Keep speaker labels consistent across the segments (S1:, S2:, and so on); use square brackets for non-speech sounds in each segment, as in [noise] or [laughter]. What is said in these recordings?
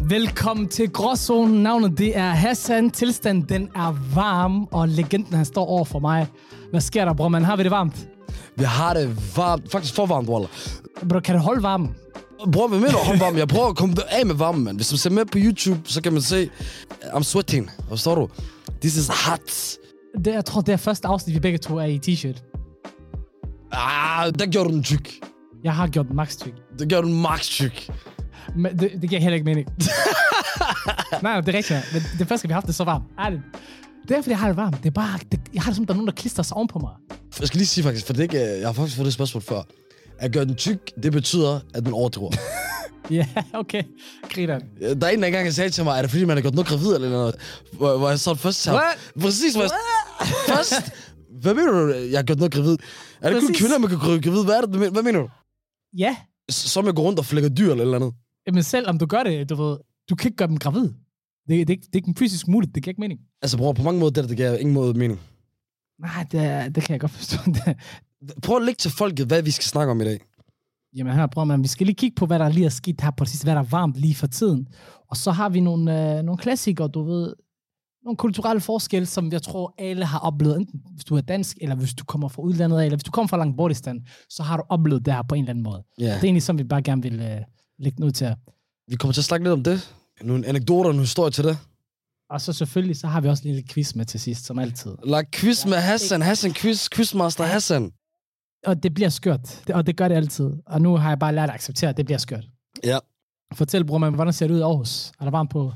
S1: Velkommen til Gråzonen. Navnet det er Hassan. Tilstanden den er varm, og legenden han står over for mig. Hvad sker der, bror? Man har vi det varmt?
S2: Vi har det varmt. Faktisk for varmt, Walla.
S1: Bro, kan du holde varmen?
S2: Bror, hvad mener du om varme? Jeg prøver at komme af med varmen, mand. Hvis man ser med på YouTube, så kan man se... I'm sweating. Forstår du? This is hot.
S1: Det, jeg tror, det er første afsnit, vi begge to er i t-shirt.
S2: Ah, der gjorde du den tyk.
S1: Jeg har gjort max tyk.
S2: Der gjorde du den max tyk.
S1: Men det, det giver heller ikke mening. [laughs] Nej, det er rigtigt. Men det er første, gang, vi har haft det så varmt. Ærligt. Det er, fordi jeg har det varmt. Det er bare, det, jeg har det som, der er nogen, der klister sig ovenpå mig.
S2: Jeg skal lige sige faktisk, for det er ikke, jeg har faktisk fået det spørgsmål før. At gøre den tyk, det betyder, at man overdriver.
S1: Ja, [laughs] yeah, okay. Grineren.
S2: Der er en, der engang sagde til mig, er det fordi, man er gået noget gravid eller noget? Hvor, hvor jeg så først sagde,
S1: What?
S2: præcis, hvor jeg, først, hvad mener du, jeg har gjort noget gravid? Er det kun
S1: Præcis.
S2: kvinder, man kan gå gravid? Hvad er det, du mener? Hvad mener du?
S1: Ja,
S2: S- Som jeg går rundt og flækker dyr eller et eller andet.
S1: men selv om du gør det, du ved, du kan ikke gøre dem gravid. Det, det, er ikke- det er ikke fysisk muligt. Det giver ikke mening.
S2: Altså bror, på mange måder, det der, det giver ingen måde mening.
S1: Nej, det, er- det kan jeg godt forstå. [laughs] Det-
S2: Prøv at lægge til folket, hvad vi skal snakke om i dag.
S1: Jamen her, bror, man, vi skal lige kigge på, hvad der lige er sket her præcis, hvad der er varmt lige for tiden. Og så har vi nogle, øh, nogle klassikere, du ved, nogle kulturelle forskelle, som jeg tror, alle har oplevet, enten hvis du er dansk, eller hvis du kommer fra udlandet, af, eller hvis du kommer fra langt bort i stand, så har du oplevet det her på en eller anden måde.
S2: Ja.
S1: Det er egentlig sådan, vi bare gerne vil øh, lægge noget til jer.
S2: Vi kommer til at snakke lidt om det. Nogle anekdoter og en historie til det.
S1: Og så selvfølgelig, så har vi også en lille quiz med til sidst, som altid.
S2: Lag quiz med Hassan. Hassan quiz. Quizmaster Hassan.
S1: Og det bliver skørt, Det- og det gør det altid. Og nu har jeg bare lært at acceptere, at det bliver skørt.
S2: Ja.
S1: Fortæl, bror, man, hvordan ser det ud i Aarhus? Er der varmt på?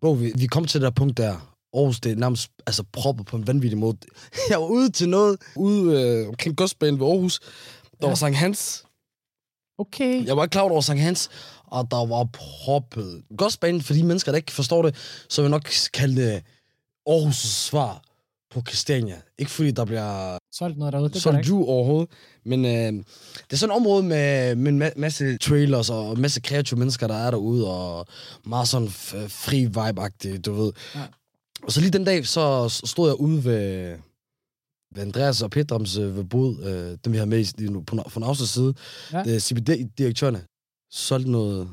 S2: Bro, vi, vi kom til det der punkt der. Aarhus, det er nærmest altså, proppet på en vanvittig måde. [laughs] Jeg var ude til noget, ude øh, omkring godsbanen ved Aarhus. Der
S1: Ja.
S2: var Sankt Hans.
S1: Okay.
S2: Jeg var ikke klar over, der var Sankt Hans. Og der var proppet. Godsbanen, for de mennesker, der ikke forstår det, så vil jeg nok kalde det Aarhus' svar på Christiania. Ikke fordi der bliver
S1: Solgt noget derude, det gør der
S2: som
S1: ikke.
S2: du overhovedet. Men øh, det er sådan et område med, med en ma- masse trailers og en masse kreative mennesker, der er derude, og meget sådan f- fri vibe du ved.
S1: Ja.
S2: Ja. Og så lige den dag, så s- stod jeg ude ved, ved Andreas og Petrams øh, ved bod, øh, dem vi har med i- lige nu på, na- på Navsens side, Øh,
S1: Ja.
S2: ja. det er CBD-direktørerne, solgte noget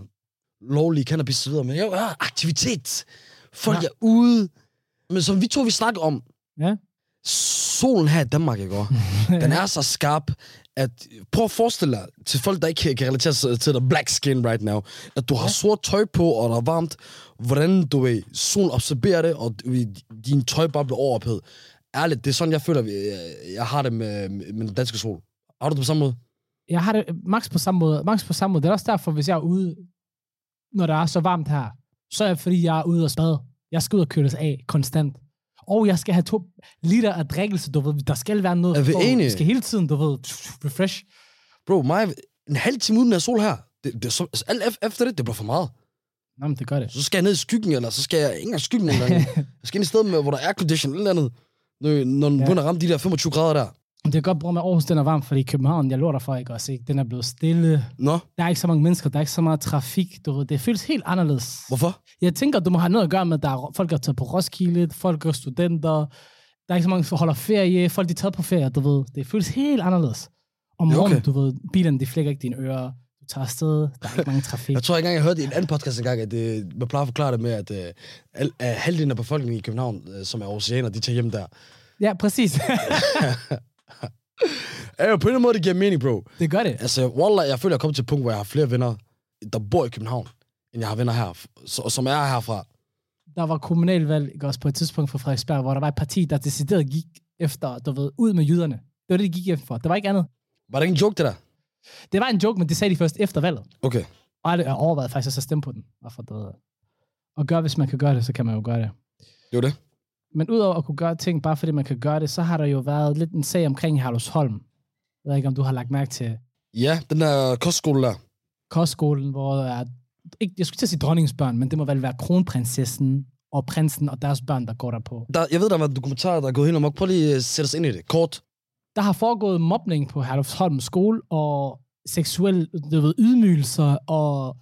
S2: lovlig cannabis og så videre, men jeg ja, aktivitet. Folk
S1: Ja.
S2: ja. er ude. Men som vi to, vi snakker om,
S1: Ja.
S2: solen her i Danmark, ikke også? Den er så skarp, at prøv at forestille dig, til folk, der ikke kan- kan relatere sig til dig, black skin right now, at du har
S1: Ja.
S2: sort tøj på, og der er varmt, hvordan du ved, solen absorberer det, og du ved, din tøj bare bliver overophedet. Ærligt, det er sådan, jeg føler, jeg- jeg har det med, med den danske sol. Har du det på samme måde?
S1: jeg har det max på samme måde. Max på samme måde. Det er også derfor, hvis jeg er ude, når der er så varmt her, så er det fordi, jeg er ude og spade. Jeg skal ud og køles af konstant. Og jeg skal have to liter af drikkelse, du ved. Der skal være noget.
S2: Er vi
S1: for-
S2: enige?
S1: skal hele tiden, du ved, refresh.
S2: Bro, mig, en halv time uden af sol her, det, det, er så, altså, alt ef- efter det, det bliver for meget.
S1: Nå, men det gør det.
S2: Så skal jeg ned i skyggen, eller så skal jeg ikke engang i skyggen engang. jeg skal ind et sted, med, hvor der er condition eller et eller andet, når den
S1: Ja.
S2: ja. begynder at ramme de der 25 grader der.
S1: Men Det er godt, bror, med Aarhus, den er varm, fordi København, jeg lorter for, ikke også, ikke? Den er blevet stille.
S2: Nå,
S1: Der er ikke så mange mennesker, der er ikke så meget trafik, du ved. Det føles helt anderledes.
S2: hvorfor?
S1: Jeg tænker, du må have noget at gøre med, at der er folk, der er taget på Roskilde, folk er studenter, der er ikke så mange, der holder ferie, folk de er taget på ferie, du ved. Det føles helt anderledes. Om
S2: Ja, okay.
S1: morgenen, du ved, bilerne de flækker ikke dine ører, du tager afsted, der er ikke mange trafik.
S2: Jeg tror ikke engang, jeg hørte i en anden podcast engang, at det, man plejer at forklare det med, at øh, al, øh, halvdelen af befolkningen i København, øh, som er oceaner, de tager hjem der.
S1: Ja, præcis. [laughs]
S2: Ja, på en måde, det giver mening, bro.
S1: det gør det.
S2: Altså, wallah, jeg føler, jeg er kommet til et punkt, hvor jeg har flere venner, der bor i København, end jeg har venner her, så, og som er herfra.
S1: Der var kommunalvalg ikke også på et tidspunkt for Frederiksberg, hvor der var et parti, der decideret gik efter, du ved, ud med jyderne. Det var det, de gik efter. for. Det var ikke andet.
S2: Var det ikke en joke, det der?
S1: Det var en joke, men det sagde de først efter valget.
S2: Okay.
S1: Og jeg har overvejet faktisk også at stemme på den. Hvorfor det? Og gør, hvis man kan gøre det, så kan man jo gøre det.
S2: Det var det.
S1: Men udover at kunne gøre ting, bare fordi man kan gøre det, så har der jo været lidt en sag omkring Herlevsholm. Jeg ved ikke, om du har lagt mærke til
S2: Ja, den der kostskole der.
S1: kostskolen, hvor der er, ikke, jeg skulle til at sige dronningens børn, men det må vel være kronprinsessen og prinsen og deres børn, der går der på.
S2: der jeg ved, der var en dokumentar, der er gået helt amok. Prøv lige øh, at sætte os ind i det. Kort.
S1: Der har foregået mobning på Herlevsholm skole og seksuel du ved, ydmygelser og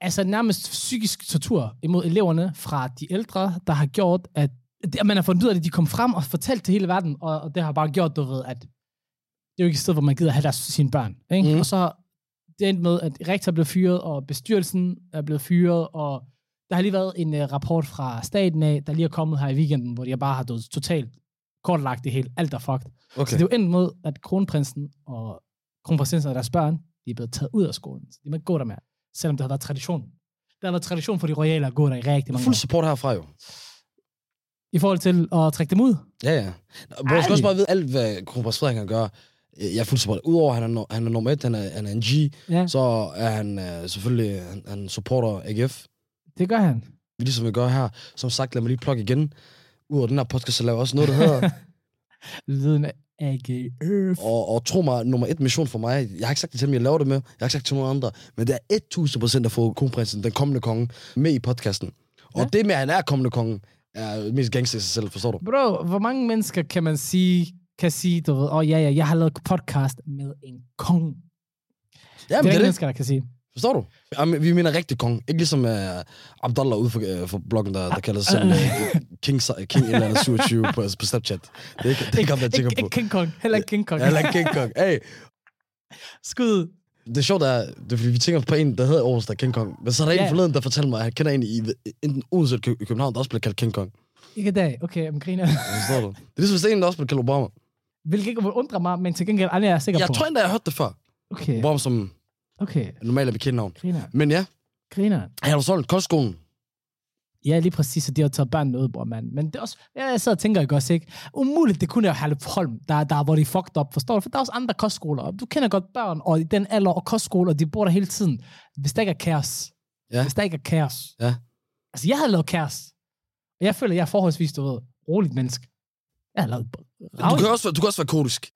S1: altså nærmest psykisk tortur imod eleverne fra de ældre, der har gjort, at at man har fundet ud af det, de kom frem og fortalte til hele verden, og, og det har bare gjort, du ved, at det er jo ikke et sted, hvor man gider have deres, sine børn. Ikke? Mm.
S2: Mhm.
S1: Og så det endte med, at rektor blev fyret, og bestyrelsen er blevet fyret, og Der har lige været en øh, rapport fra staten af, der lige er kommet her i weekenden, hvor de bare har du ved, totalt kortlagt det hele. Alt er fucked. Så
S2: Okay.
S1: det er jo endt med, at kronprinsen og kronprinsen og deres børn, de er blevet taget ud af skolen. Så de må ikke gå der mere, selvom det har været tradition. Der har været tradition for de royale at gå der i rigtig mange
S2: Fuld
S1: år.
S2: support herfra jo.
S1: I forhold til at trække dem ud.
S2: Ja, ja. Nå, Men jeg skal
S1: Ej.
S2: også bare vide alt, hvad Kronprins Frederik kan gøre. Jeg er fuld support. Udover at han er, no- han er nummer et, han er, han er en G,
S1: Ja,
S2: så er han øh, selvfølgelig, han, han supporter AGF,
S1: det gør han.
S2: ligesom vi gør her. Som sagt, lad mig lige plukke igen. Udover den her podcast, så laver jeg også noget, der
S1: [laughs]
S2: hedder...
S1: Lyden af AGF.
S2: og, og tro mig, nummer et mission for mig, jeg har ikke sagt det til dem, jeg laver det med, jeg har ikke sagt det til nogen andre, men det er 1000% at få kronprinsen, den kommende konge, med i podcasten. Og
S1: Ja.
S2: det med, at han er kommende konge, er mest gangster i sig selv, forstår du?
S1: Bro, hvor mange mennesker kan man sige, kan sige, du ved, åh oh, ja, ja, jeg har lavet podcast med en kong. Det
S2: Ja,
S1: er ikke
S2: men det er det.
S1: mennesker, der kan sige.
S2: Forstår du? Jamen, vi mener rigtig konge. Ikke ligesom uh, Abdallah ude for, uh, for bloggen, der, der kalder sig selv uh, King, Si- King et eller andet 27 på, altså på Snapchat. Det er ikke, det er ikke ham, der
S1: [laughs] Ikke,
S2: tænker på.
S1: ikke King Kong, heller ikke King Kong.
S2: Ja, eller King Kong. Hey,
S1: Skud.
S2: det er sjovt, at det er, fordi vi tænker på en, der hedder Aarhus, der er King Kong. Men så er der
S1: Ja.
S2: en forleden, der fortalte mig, at han kender en i enten Odense eller Kø- i København, der også bliver kaldt King Kong.
S1: Ikke i dag. Okay, jeg griner.
S2: Forstår du? Det er ligesom hvis der er en, der også blev kaldt Obama.
S1: Hvilket ikke undrer mig, men til gengæld aldrig er jeg sikker
S2: Jeg
S1: på.
S2: tror endda, jeg har hørt det før.
S1: Okay,
S2: Obama som
S1: okay.
S2: normalt er bekendt navn.
S1: Griner.
S2: Men ja,
S1: Griner.
S2: han har solgt kostskolen.
S1: Ja, lige præcis, og de har taget børnene ud, bror, mand. Men det er også, ja, jeg sidder og tænker ikke også, ikke? Umuligt, det kunne være Herlevholm, der, der, hvor de er fucked up, forstår du? For der er også andre kostskoler, og du kender godt børn, og i den alder, og kostskoler, de bor der hele tiden. Hvis der ikke er kaos.
S2: Ja.
S1: Hvis der ikke er kaos.
S2: Ja.
S1: Altså, jeg havde lavet kaos. Og jeg føler, jeg er forholdsvis, du ved, roligt menneske. Jeg har lavet
S2: Du
S1: rav i
S2: kan, også, være- du kan også være kodisk.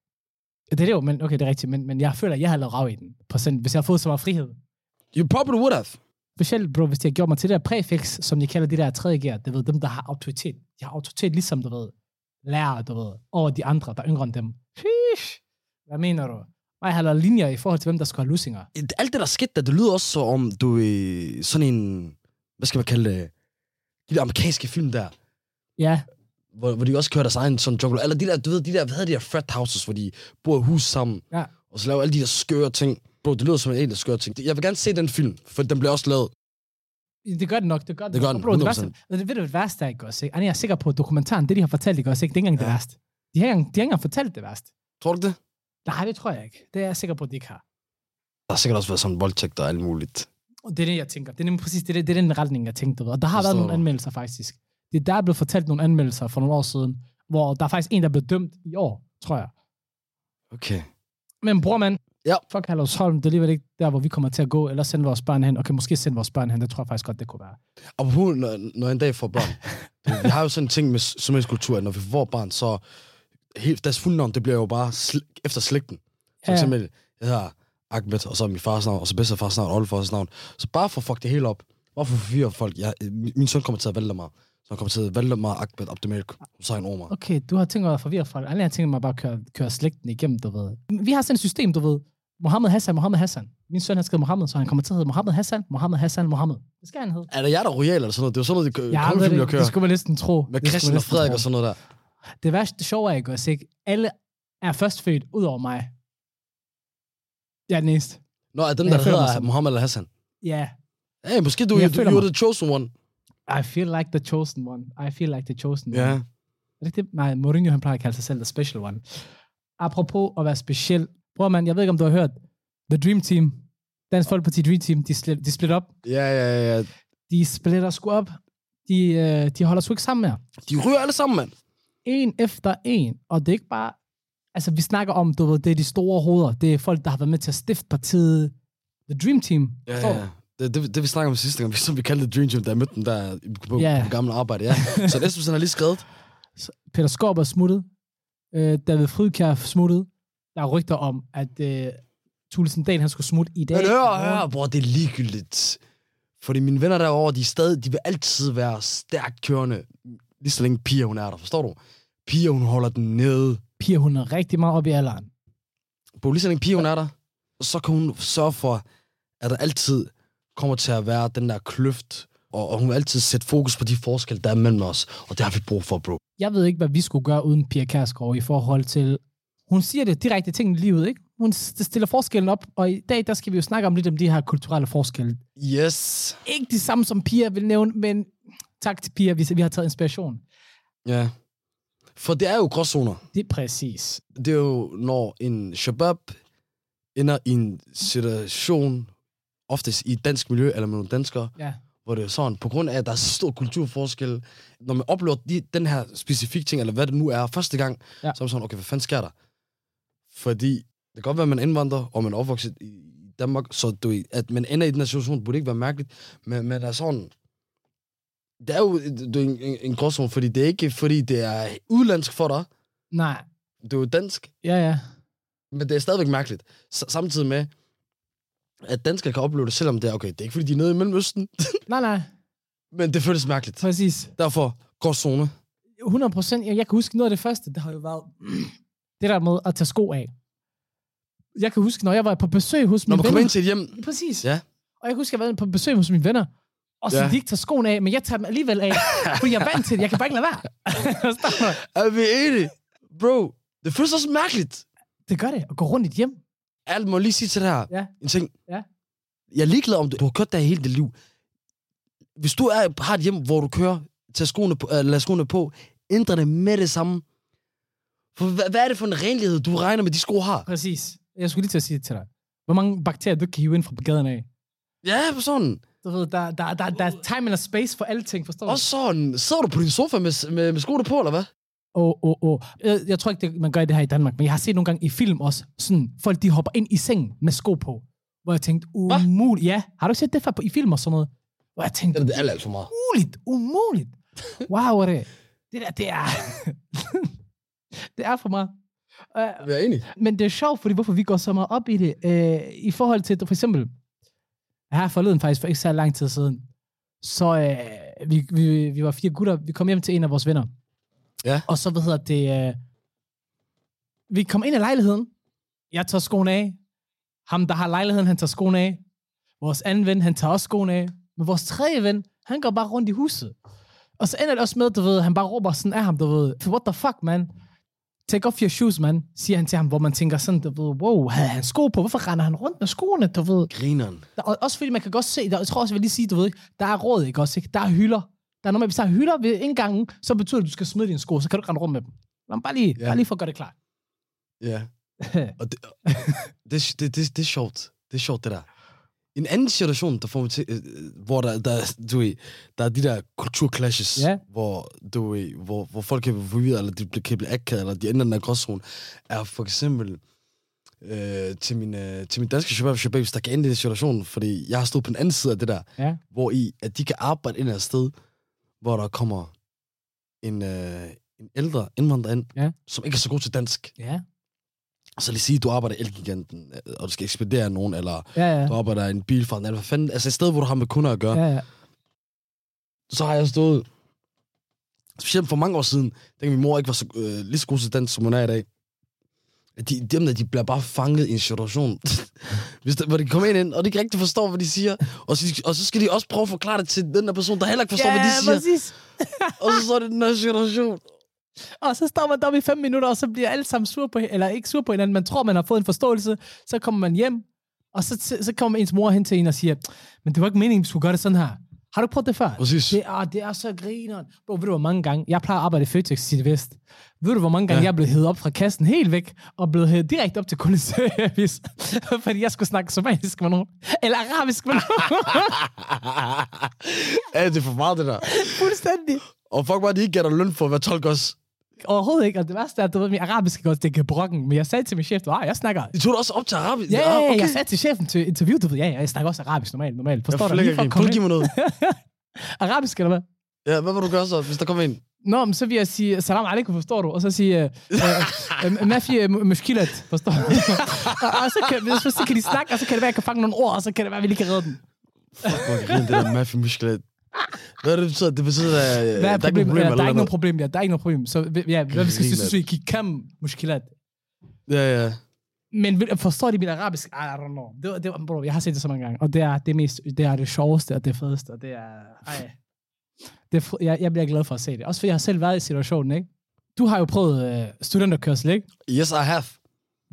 S1: Det er det jo, men okay, det er rigtigt. Men, men jeg føler, jeg har lavet rav i den. Procent, hvis jeg har fået så meget frihed.
S2: You probably would have.
S1: Specielt, bro, hvis de har gjort mig til det der præfix, som de kalder de der 3 G'er, det ved dem, der har autoritet. De har autoritet ligesom, du ved, lærer, du ved, over de andre, der er yngre end dem. Sheesh. Hvad mener du? Og jeg har lavet linjer i forhold til, hvem der skal have lusinger.
S2: Alt det, der skete der, det lyder også så om, du er sådan en... Hvad skal man kalde det? De der amerikanske film der,
S1: Ja,
S2: hvor, hvor de også kører deres egen sådan jungle. Eller de der, du ved, de der, hvad hedder de der frat houses, hvor de bor i hus sammen.
S1: Ja.
S2: Og så laver alle de der skøre ting. Bro, det lyder som en af de skøre ting. Jeg vil gerne se den film, for den bliver også lavet.
S1: det gør det nok. Det gør det,
S2: Det gør
S1: nok.
S2: den,
S1: bro, det, værste,
S2: 100%.
S1: men det ved du, hvad det værste er, ikke også? Ikke? Ej, Jeg er sikker på, at dokumentaren, det de har fortalt, ikke også? Ikke? Det er ikke engang det
S2: Ja.
S1: værste. De har, ikke engang- de har ikke engang fortalt det værste.
S2: Tror du ikke det?
S1: Nej, det tror jeg ikke. Det er jeg sikker på, at de ikke har.
S2: Der har sikkert også været sådan voldtægter og alt muligt.
S1: Og det er det, jeg tænker. Det er nemlig præcis det, det, det er den retning, jeg tænkte. ved. Og der har været
S2: Forstår
S1: nogle
S2: du.
S1: anmeldelser, faktisk. Det er der er blevet fortalt nogle anmeldelser for nogle år siden, hvor der er faktisk en, der blev dømt i år, tror jeg.
S2: Okay.
S1: Men bror, mand,
S2: Ja.
S1: fuck Halvårsholm, det er alligevel ikke der, hvor vi kommer til at gå, eller sende vores børn hen. Okay, måske sende vores børn hen, det tror jeg faktisk godt, det kunne være.
S2: Og på når, når jeg en dag får
S1: [laughs]
S2: børn. vi har jo sådan en ting med sundhedskultur, at når vi får børn, så helt, deres fulde navn, det bliver jo bare sl- efter slægten.
S1: Ja.
S2: For eksempel, jeg hedder Ahmed, og så er min fars navn, og så bedstefars navn, og oldefars navn. Så bare for at fuck det hele op. Bare for at forvirre folk. Jeg, min min søn kommer til at vælge mig. Så han kommer til at vælge mig, Ahmed, Abdelmalek, Hussein Omar.
S1: Okay, du har tænkt mig at forvirre folk. Alle har tænkt mig at bare at køre, køre slægten igennem, du ved. Vi har sådan et system, du ved. Mohammed Hassan, Mohammed Hassan. Min søn har skrevet Mohammed, så han kommer til at hedde Mohammed Hassan, Mohammed Hassan, Mohammed. Det skal han hedde.
S2: Er det jer, der er royal eller sådan noget? Det er jo sådan noget, de
S1: Jeg har
S2: kongefilm,
S1: aldrig,
S2: Øh, jeg
S1: det, det
S2: kører.
S1: skulle man næsten tro. Det skulle
S2: Med
S1: man
S2: Christian og
S1: næsten
S2: Frederik
S1: tro.
S2: og sådan noget der.
S1: Det værste det sjove er ikke også, ikke? Alle er førstfødt ud over mig. Jeg er den eneste.
S2: Nå, er dem,
S1: Men jeg
S2: der
S1: føler mig
S2: hedder
S1: som-
S2: Mohammed eller Hassan?
S1: Ja. Yeah.
S2: Hey, måske du,
S1: Men jeg
S2: du,
S1: føler
S2: you're
S1: mig-
S2: the chosen one.
S1: I feel like the chosen one. I feel like the chosen
S2: Ja.
S1: one. Er det ikke det? Nej, Mourinho han plejer at kalde sig selv the special one. Apropos at være speciel. Bror mand, jeg ved ikke, om du har hørt. The Dream Team. Dansk Folkeparti Dream Team, de, sli- de split op.
S2: Ja, ja, ja.
S1: De splitter sgu op. De, øh, de holder sgu ikke sammen mere.
S2: De ryger alle sammen, mand.
S1: en efter en, og det er ikke bare... Altså, vi snakker om, du ved, det er de store hoveder. Det er folk, der har været med til at stifte partiet. The Dream Team.
S2: Ja,
S1: forstår
S2: ja. Det, det, det, vi snakker om sidste gang, som vi kaldte det Dream Team, der mødte den der på,
S1: Ja.
S2: yeah. på gamle
S1: [laughs]
S2: arbejde. Ja. Så Esmussen har lige skrevet.
S1: du? Peter Skorp er smuttet. Øh, David Frydkjær er smuttet. Der er rygter om, at øh, Thulesen Dahl, han skulle smutte i dag.
S2: Men hør, hør, bror, det er ligegyldigt. Fordi mine venner derovre, de, er stadig, de vil altid være stærkt kørende, lige så længe Pia hun er der, forstår du? Pia, hun holder den nede.
S1: Pia, hun er rigtig meget op i alderen.
S2: Bro, lige så længe Pia, hun er der, så kan hun sørge for, at der altid kommer til at være den der kløft, og, og hun vil altid sætte fokus på de forskelle, der er mellem os. Og det har vi brug for, bro.
S1: Jeg ved ikke, hvad vi skulle gøre uden Pia Kærsgaard i forhold til... Hun siger det direkte ting i livet, ikke? Hun s- det stiller forskellen op, og i dag, der skal vi jo snakke om lidt om de her kulturelle forskelle.
S2: Yes.
S1: Ikke det samme, som Pia vil nævne, men tak til Pia, hvis vi har taget inspiration.
S2: Ja. For det er jo gråzoner.
S1: Det er præcis.
S2: Det er jo, når en shabab ender i en situation, oftest i et dansk miljø eller med nogle danskere,
S1: Ja.
S2: hvor det er sådan, på grund af, at der er så stor kulturforskel, når man oplever de, den her specifikke ting, eller hvad det nu er, første gang,
S1: Ja.
S2: ja. så er man sådan, okay, hvad fanden sker der? Fordi det kan godt være, at man indvandrer, og man er opvokset i Danmark, så du, ved, at man ender i den her situation, burde ikke være mærkeligt, men, men der er sådan, det er jo du, ved, en, en, en gråzone, fordi det er ikke, fordi det er udlandsk for dig,
S1: Nej.
S2: det er jo dansk,
S1: Ja, ja.
S2: men det er stadigvæk mærkeligt. S- samtidig med, at danskere kan opleve det, selvom det er, okay, det er ikke fordi, de er nede i Mellemøsten,
S1: Nej, nej.
S2: men det føles mærkeligt.
S1: Præcis.
S2: Derfor gråzone.
S1: 100 procent. Jeg, jeg kan huske noget af det første, det har jo været [clears throat] det der med at tage sko af. Jeg kan huske, når jeg var på besøg hos
S2: Når
S1: mine
S2: man kommer ind til et hjem,
S1: Præcis.
S2: Ja.
S1: Og jeg kan huske, jeg var på besøg hos mine venner, og så
S2: Ja.
S1: ja. de ikke tager skoene af, men jeg tager dem alligevel af, fordi jeg er vant til det. Jeg kan bare ikke lade være. [laughs] Forstår du?
S2: er vi enige? Bro, det føles også mærkeligt.
S1: det gør det, at gå rundt i et hjem.
S2: Alt må lige sige til det her.
S1: Ja.
S2: En ting.
S1: Ja.
S2: Jeg er ligeglad om det. Du har kørt der hele dit liv. Hvis du er, har et hjem, hvor du kører, tager skoene på, øh, lader skoene på, ændre det med det samme. For hvad, hvad er det for en renlighed, du regner med, de sko har?
S1: Præcis. Jeg skulle lige til at sige det til dig. Hvor mange bakterier, du ikke kan hive ind fra gaden af.
S2: Ja, på sådan.
S1: Du ved, der, der, der, der er time and space for alting, forstår du?
S2: Også sådan. Sidder du på din sofa med, med, med skoene på, eller hvad?
S1: Åh, åh, åh. Jeg, jeg tror ikke, det, man gør det her i Danmark, men jeg har set nogle gange i film også, sådan folk, de hopper ind i sengen med sko på, hvor jeg tænkte,
S2: Hva?
S1: umuligt. Ja, har du ikke set det før på, i film og sådan noget? Hvor jeg tænkte,
S2: Det er alt, alt for meget.
S1: umuligt, umuligt. Wow, hvor er det. Det der, det er... [laughs] det er for mig. Uh,
S2: Jeg er enig.
S1: men det er sjovt, fordi hvorfor vi går så meget op i det, øh, i forhold til, for eksempel, her forleden faktisk, for ikke så lang tid siden, så øh, vi, vi, vi var fire gutter, vi kom hjem til en af vores venner.
S2: Ja.
S1: Og så, hvad hedder det, øh, vi kom ind i lejligheden, jeg tager skoen af, ham, der har lejligheden, han tager skoen af, vores anden ven, han tager også skoen af, men vores tredje ven, han går bare rundt i huset. Og så ender det også med, du ved, han bare råber sådan af ham, du ved, what the fuck, man? Take off your shoes, man, siger han til ham, hvor man tænker sådan, du ved, wow, havde han sko på? Hvorfor render han rundt med skoene, du ved?
S2: Grineren.
S1: Der, og også fordi man kan godt se, der, jeg tror også, jeg vil lige sige, du ved, ikke, der er råd, ikke også? Ikke? Der er hylder. Der er noget med, hvis der er hylder ved indgangen, så betyder det, at du skal smide dine sko, så kan du ikke rende rundt med dem. Men bare lige,
S2: Ja.
S1: bare lige for at gøre det klart. [laughs]
S2: Ja. Og [laughs] det, det, det, det, det er sjovt. Det er sjovt, det der. En anden situation, der får mig til, øh, øh, hvor der, der, du ved, der er de der kulturclashes,
S1: Ja.
S2: hvor, du ved, hvor, hvor folk kan blive forvirret, eller de bliver- kan blive akavet, eller de ender i den der gråzone, er for eksempel øh, til, min, øh, til min danske shabab shababs, der kan ende i den situation, fordi jeg har stået på den anden side af det der,
S1: Ja.
S2: hvor i, at de kan arbejde ind et sted, hvor der kommer en, øh, en ældre indvandrer ind,
S1: Ja.
S2: som ikke er så god til dansk.
S1: Ja,
S2: Så lad os sige, at du arbejder i Elgiganten, øh, og du skal ekspedere nogen, eller
S1: ja, ja.
S2: du arbejder i en bil fra en anden. Hvad fanden? Altså et sted, hvor du har med kunder at gøre. Ja.
S1: ja, ja.
S2: Så har jeg stået, specielt for mange år siden, da min mor ikke var så, øh, lige så god til dansk, som hun er i dag. At De, dem der, de bliver bare fanget i en situation, [laughs] Hvis der, hvor de kommer ind, ind, og de kan ikke forstå, hvad de siger. Og så, og så skal de også prøve at forklare det til den der person, der heller ikke forstår,
S1: ja,
S2: hvad de siger.
S1: præcis.
S2: Og så, så er det den her situation.
S1: Og så står man deroppe i fem minutter, og så bliver alle sammen sur på, eller ikke sur på hinanden, man tror, man har fået en forståelse, så kommer man hjem, og så, så kommer ens mor hen til en og siger, men det var ikke meningen, vi skulle gøre det sådan her. Har du ikke prøvet det før?
S2: Præcis. [laughs]
S1: Det er, ah, det er så grineren. Bro, ved du, hvor mange gange... Jeg plejer at arbejde i Føtex i Silvest. Ved du, hvor mange gange ja.
S2: Ja.
S1: jeg blev hævet op fra kassen helt væk, og blev hævet direkte op til kundeservice, [laughs] fordi jeg skulle snakke somalisk med nogen. Eller arabisk med [laughs] nogen.
S2: ja, det er for meget, det der.
S1: Fuldstændig.
S2: Og fuck bare, de ikke giver dig løn for at være tolk også.
S1: Overhovedet ikke. Og det værste er, at du ved, min arabisk er godt, det kan brokken. Men jeg sagde til min chef, at jeg snakker
S2: De tog det også op til arabisk.
S1: Ja, ja, okay. jeg sagde til chefen til interview, du ved, ja, ja, jeg snakker også arabisk normalt, normalt. Forstår du? Lige for at komme
S2: Prøv at give
S1: ind.
S2: mig noget.
S1: Arabisk eller hvad?
S2: Ja, hvad vil du gøre så, hvis der kommer en?
S1: Nå, men så vil jeg sige, salam alaikum, forstår du? Og så sige, øh, øh, øh, mafi øh, muskilat, forstår du? [laughs] og, og, så kan, så, så kan de snakke, og så kan det være, at jeg kan fange nogle ord, og så kan det være, at vi lige kan redde dem.
S2: Fuck, hvor griner det der mafia muskelat. Hvad er det, det betyder? Det betyder, at øh,
S1: Hvad er
S2: der er ikke
S1: problemet? Ja, der er ikke
S2: nogen problemer.
S1: noget problem, ja, der er ikke noget problem. Så ja, hvad vi skal
S2: Griner.
S1: synes, vi kan kam muskilat.
S2: Ja, ja.
S1: Men vil- forstår de min arabisk? I don't know. Det, var- det, var- bro, jeg har set det så mange gange, og det er det, mest, det, er det sjoveste, og det fedeste, og det er... Ej. Det, er fr- jeg, jeg bliver glad for at se det. Også fordi jeg har selv været i situationen, ikke? Du har jo prøvet øh, studenterkørsel, ikke?
S2: Yes, I have.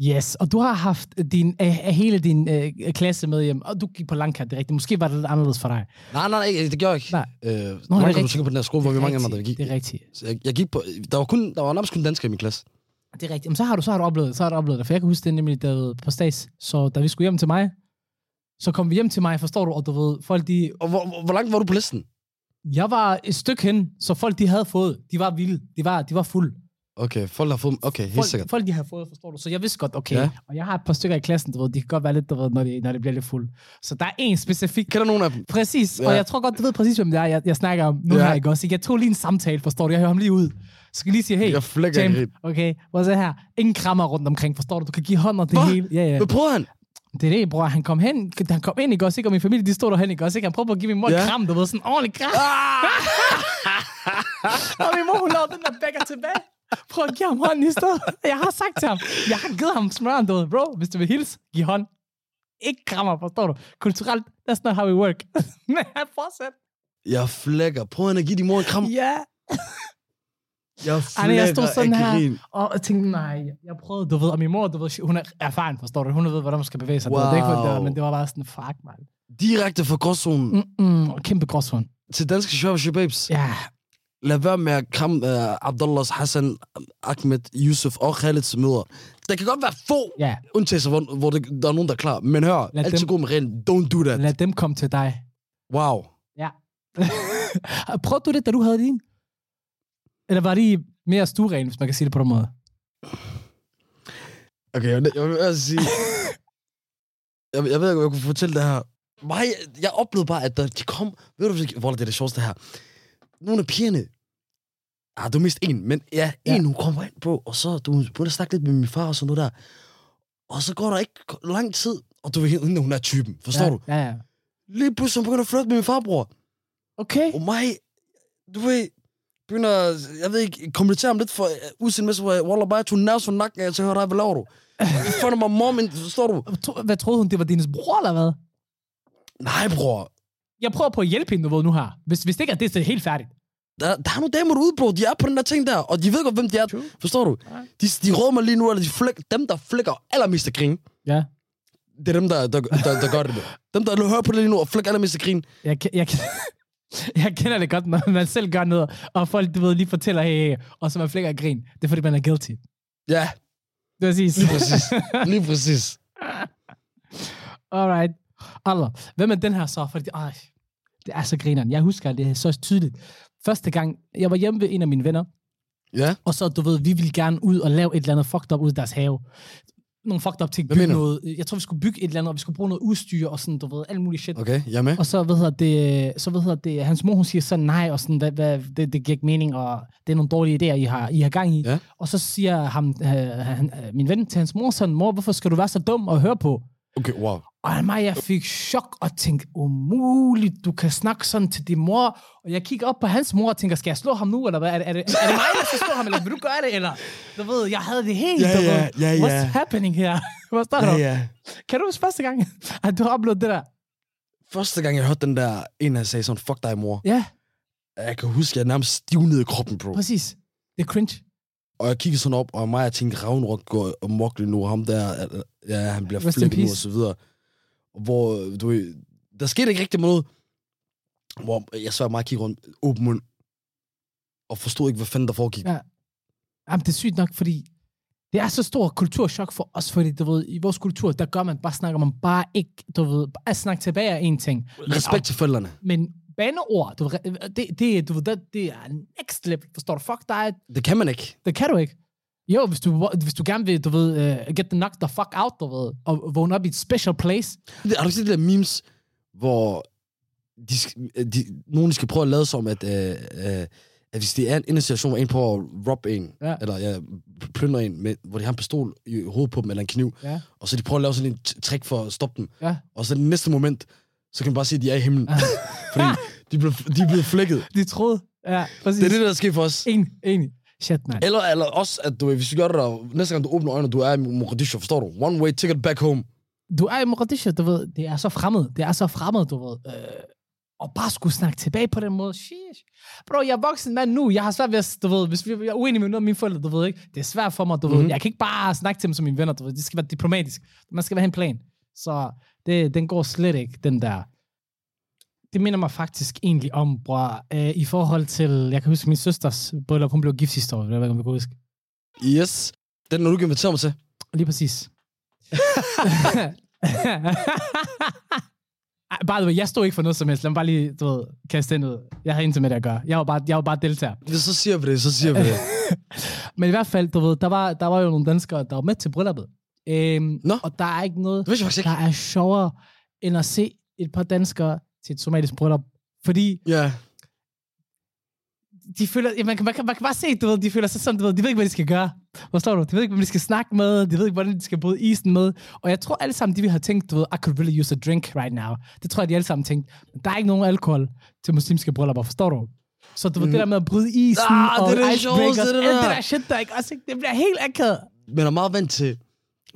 S1: Yes, og du har haft din, øh, hele din øh, klasse med hjem, og du gik på langkant, det er rigtigt. Måske var det lidt anderledes for dig.
S2: Nej, nej, nej, det gjorde jeg ikke.
S1: Nej. Nå,
S2: Øh,
S1: det er
S2: mange kom
S1: rigtigt.
S2: du sikkert på den her skole, hvor vi mange af
S1: Rigtigt,
S2: dem, der gik.
S1: Det er rigtigt.
S2: Så jeg, jeg gik på, der var, kun, der var nærmest kun danskere i min klasse.
S1: Det er rigtigt. Jamen, så har du, så har du oplevet, så har du oplevet det, for jeg kan huske det nemlig der ved, på stats. Så da vi skulle hjem til mig, så kom vi hjem til mig, forstår du, og du ved, folk de,
S2: Og hvor, hvor, hvor langt var du på listen?
S1: jeg var et stykke hen, så folk de havde fået, de var vilde, de var, de var fuld.
S2: Okay, folk har fået... Okay, helt
S1: Folk,
S2: sikkert.
S1: folk de havde fået, forstår du, så jeg vidste godt, okay,
S2: Ja.
S1: ja. og jeg har et par stykker i klassen, du ved, de kan godt være lidt, du ved, når det, når det bliver lidt fuld. Så der er en specifik
S2: Kender nogen af dem?
S1: Præcis, ja.
S2: Ja.
S1: og jeg tror godt, du ved præcis, hvem det er, jeg, jeg snakker om nu
S2: Ja.
S1: ja. her, ikke også? Ikke? Jeg tog lige en samtale, forstår du? Jeg hører ham lige ud. Så skal jeg lige sige, hey,
S2: Jeg flækker ikke
S1: James,
S2: helt.
S1: okay, hvor er her? Ingen krammer rundt omkring, forstår du? Du kan give hånd og det
S2: Hva?
S1: hele. Ja, ja.
S2: Hvad prøvede
S1: [laughs]
S2: han?
S1: Det er det, bror. Han kom hen, han kom ind, ikke også? Ikke? Og min familie, de stod derhen, ikke også? Ikke? Han prøvede at give min mor ja.
S2: Ja.
S1: et kram, du ved, sådan en ordentlig
S2: [laughs]
S1: kram.
S2: Ah!
S1: og min mor, hun lavede den der bækker tilbage. Prøv at give ham hånden i stedet. Jeg har sagt til ham, jeg har givet ham smøren, du ved, bro, hvis du vil hilse, giv hånd. Ikke krammer, forstår du? Kulturelt, that's not how we work. [laughs] Men han fortsat.
S2: Jeg flækker. Prøvede han at give din mor en kram?
S1: Ja.
S2: Jeg
S1: Ej, nej,
S2: flækker
S1: jeg stod sådan
S2: af
S1: her,
S2: grin.
S1: og jeg tænkte, nej, jeg prøvede, du ved, og min mor, du ved, hun er erfaren, forstår du, hun ved, hvordan man skal bevæge sig, wow. det er ikke, hvordan det var,
S2: Wow. Mm.
S1: men det var bare sådan, fuck, man.
S2: Direkte fra gråzonen
S1: Mm-mm, og kæmpe gråsvund.
S2: til danske Shabab Babes.
S1: Ja,
S2: Lad være med at kramme uh, Abdullahs, Hassan, Ahmed, Yusuf og Khaleds møder. Der kan godt være få
S1: ja,
S2: undtagelser, hvor, hvor det, der er nogen, der er klar. Men hør,
S1: Lad
S2: altid
S1: dem-
S2: god med reglen. Don't do that.
S1: lad dem komme til dig.
S2: Wow.
S1: Ja. Prøvede du det, da du havde din? Eller var det mere stueren, hvis man kan sige det på den måde?
S2: Okay, jeg, jeg vil altså sige... jeg, jeg ved ikke, om jeg kunne fortælle det her. Mig, jeg oplevede bare, at der, de kom... Ved du, hvor det er det sjoveste her? Nogle af pigerne... Ah, du er mest en, men ja, en,
S1: Ja.
S2: hun kommer ind på, og så du begynder at snakke lidt med min far og sådan noget der. Og så går der ikke lang tid, og du ved, hende, hun er typen, forstår
S1: ja,
S2: ja. du?
S1: Ja, ja.
S2: Lige pludselig, hun begynder at flirte med min farbror.
S1: Okay.
S2: Og mig, du ved, begynder, at- jeg ved ikke, kommentere ham lidt for uh, usinmæssigt, hvor jeg, Wallah, bare jeg tog nerves for nakken, af, så hører jeg, hvad laver du? I front of my mom, and- forstår du?
S1: Tro- Hvad troede hun, det var din bror, eller hvad?
S2: Nej, bror.
S1: Jeg prøver på at hjælpe hende, du ved, nu her. Hvis, hvis det ikke er det, så er det helt færdigt.
S2: Der, der er nogle damer derude, bro. De er på den der ting der, og de ved godt, hvem de er.
S1: True.
S2: Forstår du?
S1: Nej.
S2: De, de råder mig lige nu, eller de flæk, dem, der flækker allermest af grin,
S1: Ja.
S2: det er dem, der, der, der, der gør det. Dem, der hører på det lige nu og flækker allermest af grin.
S1: Jeg, ke- jeg, [laughs] ke- jeg kender det godt, når man selv gør noget, og folk, du ved, lige fortæller, hey, hey, og så man flækker og grin. Det er, fordi man er guilty.
S2: Ja,
S1: Det er præcis.
S2: lige
S1: [laughs]
S2: præcis. lige præcis.
S1: Alright. Allah. Hvem er den her så? Fordi, ej, det er så grineren. Jeg husker det er så tydeligt. Første gang, jeg var hjemme ved en af mine venner,
S2: Ja?
S1: og så, du ved, vi ville gerne ud og lave et eller andet fucked up ud i deres have. Nogle fucked up ting.
S2: Hvad
S1: Bygge
S2: mener du?
S1: noget. Jeg tror, vi skulle bygge et eller andet, og vi skulle bruge noget udstyr og sådan, du ved, alt muligt shit.
S2: Okay, jeg er med.
S1: Og så, hvad hedder det, så hvad hedder det, hans mor, hun siger sådan nej, og sådan, hvad, hvad, det, det giver ikke mening, og det er nogle dårlige idéer, I har, I har gang i.
S2: Ja.
S1: Og så siger ham, øh, han, øh, min ven til hans mor sådan, mor, hvorfor skal du være så dum og høre på?
S2: Okay, wow.
S1: Og mig, jeg fik chok og tænkte, umuligt, du kan snakke sådan til din mor. Og jeg kigger op på hans mor og tænker, skal jeg slå ham nu, eller hvad? Er det, er det, er det mig, der skal slå ham, eller vil du gøre det? Eller, du ved, jeg havde det helt.
S2: Ja,
S1: du ved.
S2: ja, ja, ja.
S1: What's happening her? [laughs] Hvad står
S2: Ja,
S1: der?
S2: ja.
S1: Kan du huske første gang, [laughs] at du har oplevet det der?
S2: Første gang, jeg hørte den der, en han sagde sådan, fuck dig, mor.
S1: Ja,
S2: Jeg kan huske, jeg nærmest stivnede i kroppen, bro.
S1: præcis. Det er cringe.
S2: Og jeg kiggede sådan op, og mig, jeg tænkte, Ragnarok går amok lige nu, ham der, al- ja, han bliver
S1: Rest in
S2: flækket nu, og
S1: peace.
S2: så videre. Hvor, øh, du ved, der skete ikke rigtig noget, hvor jeg svær meget kiggede rundt, åben mund, og forstod ikke, hvad fanden der foregik.
S1: Ja. Jamen, det er sygt nok, fordi det er så stor kulturschok for os, fordi du ved, i vores kultur, der gør man bare, snakker man bare ikke, du ved, at snakke tilbage er en ting.
S2: Respekt til forældrene.
S1: Men bandeord, du, ved, øh, det, det, du, ved, det, det er next level, forstår du? Fuck dig,
S2: Det kan man ikke.
S1: det kan du ikke. Jo, hvis du, hvis du gerne vil, du ved, uh, get the knock the fuck out, du ved, og vågne op i et special place.
S2: Det- Har du ikke set de der memes, hvor de, sk- øh, de, nogen skal prøve at lade som, at, øh, øh, at hvis det er en, en situation, hvor en prøver at robbe en,
S1: Ja.
S2: eller ja, p- plyndre en, med, hvor de har en pistol i hovedet på dem, eller en kniv,
S1: Ja.
S2: og så de prøver at lave sådan en t- trick for at stoppe den.
S1: Ja.
S2: Og så det næste moment, så kan man bare se, at de er i
S1: [laughs]
S2: himlen. fordi de er blevet, de er blevet flækket.
S1: De troede. Ja, præcis.
S2: Det er det, der sker for os.
S1: Enig, enig. Shit, man.
S2: Eller, eller også, at du, ved, hvis du gør det der, næste gang du åbner øjnene, du er i Mogadishu, forstår du? One way ticket back home.
S1: Du er i Mogadishu, du ved, det er så fremmed. Det er så fremmed, du ved. Uh, og bare skulle snakke tilbage på den måde. Sheesh. Bro, jeg er voksen mand nu. Jeg har svært ved at, du ved, hvis vi- jeg er uenig med noget af mine forældre, du ved ikke. Det er svært for mig, du mm. ved.
S2: Mhm.
S1: Jeg kan ikke bare snakke til dem som mine venner, du ved. Det skal være diplomatisk. Man skal være en plan. Så det, den går slet ikke, den der. Det minder mig faktisk egentlig om, bror, øh, i forhold til, jeg kan huske min søsters bryllup, hun blev gift sidste år, jeg ved ikke, om du kan huske.
S2: Yes. Den er du ikke inviteret mig til.
S1: Lige præcis. [laughs] Ej, By the way, jeg stod ikke for noget som helst. Lad mig bare lige, du ved, kaste den ud. Jeg havde intet med det at gøre. Jeg var bare, jeg var bare deltager.
S2: Hvis så siger vi det, så siger vi det.
S1: Men i hvert fald, du ved, der var, der var jo nogle danskere, der var med til brylluppet. Øhm,
S2: Nå.
S1: Og der er ikke noget,
S2: Det vidste jeg faktisk ikke.
S1: der er sjovere, end at se et par danskere til et somalisk bryllup. Fordi
S2: Ja.
S1: de føler, ja, man, kan, man, kan, man kan bare se, du ved, de føler sig sådan, du ved, de ved ikke, hvad de skal gøre. Forstår du? De ved ikke, hvem de skal snakke med, de ved ikke, hvordan de skal bryde isen med. Og jeg tror alle sammen, de vil have tænkt, du ved, I could really use a drink right now. Det tror jeg, de alle sammen tænkte. Men der er ikke nogen alkohol til muslimske bryllupper, forstår du? Så du ved,
S2: Mm.
S1: det der med at bryde isen
S2: Ah,
S1: og
S2: det er det
S1: icebreakers,
S2: sjoveste, det
S1: alt det
S2: der.
S1: der shit, der ikke også, ikke? det bliver helt akavet.
S2: Man er meget vant til,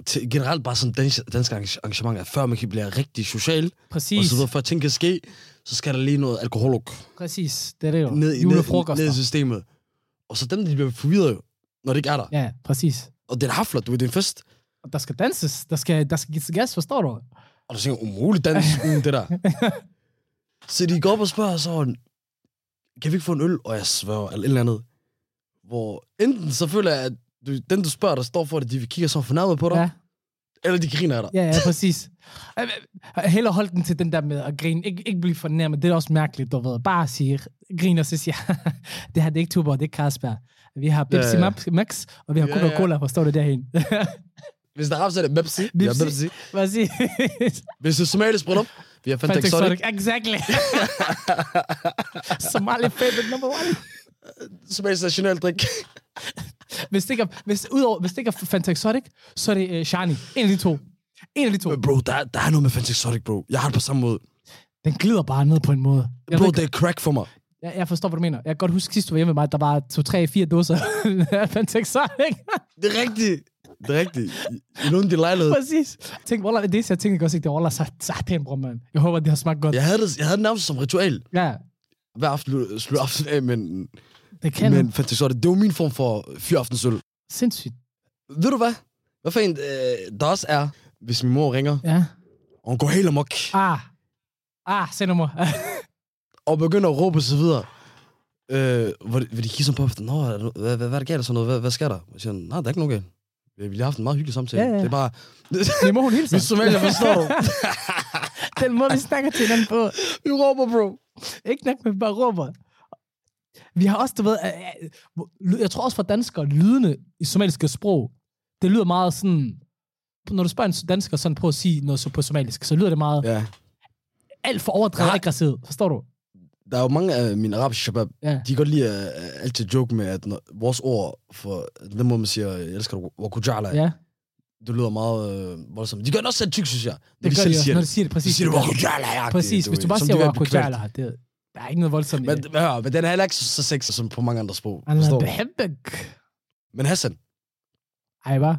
S2: til generelt bare sådan dansk, danske arrange- arrangementer, før man kan blive rigtig social, og
S1: Præcis,
S2: så videre, før ting kan ske, så skal der lige noget alkoholuk
S1: præcis. Det er det jo.
S2: ned, i- ned,
S1: Julefrokoster.
S2: ned i systemet. Og så dem, de bliver forvirret jo, når det ikke er der.
S1: Ja, præcis.
S2: Og det er en hafler, du ved, det er en fest.
S1: Og der skal danses, der skal, der skal gives gas, forstår du?
S2: Og du tænker, umuligt dans [laughs] uden det der. så de går op og spørger sådan, kan vi ikke få en øl? Og jeg sværger, eller et eller andet. Hvor enten så føler jeg, at du, den du spørger, der står for det, de kigger så fornærmet på dig,
S1: Ja.
S2: ja. eller de griner af dig.
S1: Ja, ja, præcis. Øh, øh, Heller holdt den til den der med at grine. Ikke, ikke blive fornærmet. Det er også mærkeligt, du ved. Bare sige, griner, så siger jeg, [laughs] det her det er ikke Tuborg, det er Carlsberg. Vi har Pepsi
S2: Ja,
S1: ja,
S2: ja.
S1: ja. Max, og vi har
S2: Ja, ja.
S1: Coca-Cola, forstår du derhen? [laughs]
S2: Hvis der er rap, så er det Pepsi. Vi har
S1: Pepsi.
S2: Pepsi.
S1: Hvad siger
S2: Hvis det er somalisk bryllup, vi har Fanta Exotic.
S1: Exactly. [laughs] Somali favorite number one.
S2: Somalisk nationaldrik.
S1: Hvis det ikke er, hvis, udover, hvis det ikke er Fanta Exotic, så er det uh, Shani. En af de to. En af de to.
S2: bro, der, er- der er noget med Fanta Exotic, bro. Jeg har det på samme måde.
S1: Den glider bare ned på en måde. Jeg,
S2: Bro,
S1: ved ikke-
S2: det er crack for mig.
S1: jeg, jeg forstår, hvad du mener. Jeg kan godt huske, sidst du var hjemme med mig, der var to, tre, fire dåser [laughs] af Fanta Exotic.
S2: Det er rigtigt. Det er rigtigt. I nogen de lejlighed.
S1: Præcis. Jeg tænkte, Wallah, det er jeg tænkte også ikke, det er Wallah satan, bror, mand. Jeg håber, det har smagt godt.
S2: Jeg havde det, jeg havde det nærmest som ritual.
S1: Ja,
S2: Hver aften slutter aften af, men
S1: det kan
S2: Men
S1: Men...
S2: Fanta Exotic, det er jo min form for fyraftensøl.
S1: Sindssygt.
S2: Ved du hvad? Hvad for en øh, der også er, hvis min mor ringer,
S1: Ja.
S2: og hun går helt amok,
S1: Ah. Ah, se nummer.
S2: og begynder at råbe og så videre. Øh, hvor, de- hvor de kigger sådan på efter, Nå, er der- hvad, hvad, hvad er der galt og sådan noget? Hvad, hvad sker der? Og jeg siger, nej, der er ikke nogen galt. Vi vi har haft en meget hyggelig samtale.
S1: Ja, ja.
S2: Det er
S1: [laughs]
S2: bare...
S1: det må hun
S2: vi
S1: hilse.
S2: somalier forstår du.
S1: Den måde, vi snakker til hinanden på.
S2: Vi råber, bro.
S1: Ikke nok med bare råber. Vi har også, du ved, øh, øh, hvor- ly- jeg tror også for danskere, lydene i somaliske sprog, det lyder meget sådan, når du spørger en dansker sådan på at sige noget så på somalisk, så lyder det meget
S2: Ja.
S1: alt for overdrevet
S2: Nej.
S1: aggressivt. Forstår du?
S2: Der er jo mange af mine arabiske shabab,
S1: Ja.
S2: de kan godt lide uh, altid joke med, at når, vores ord for den måde, man siger, jeg elsker dig, wakujala,
S1: Ja,
S2: det lyder meget øh, voldsomt. De gør det også selv tyk, synes jeg.
S1: det
S2: de
S1: gør
S2: selv
S1: de også,
S2: siger
S1: når
S2: det.
S1: de siger det
S2: Så
S1: præcis.
S2: siger du,
S1: det der.
S2: hvor jala er
S1: Præcis, hvis du bare siger Waka Jala, det der er ikke noget voldsomt.
S2: Men, men hør, men den er heller ikke så, så sexet som på mange andre sprog.
S1: Allah
S2: forstår du?
S1: behabbek.
S2: Men Hassan,
S1: Ej, hvad?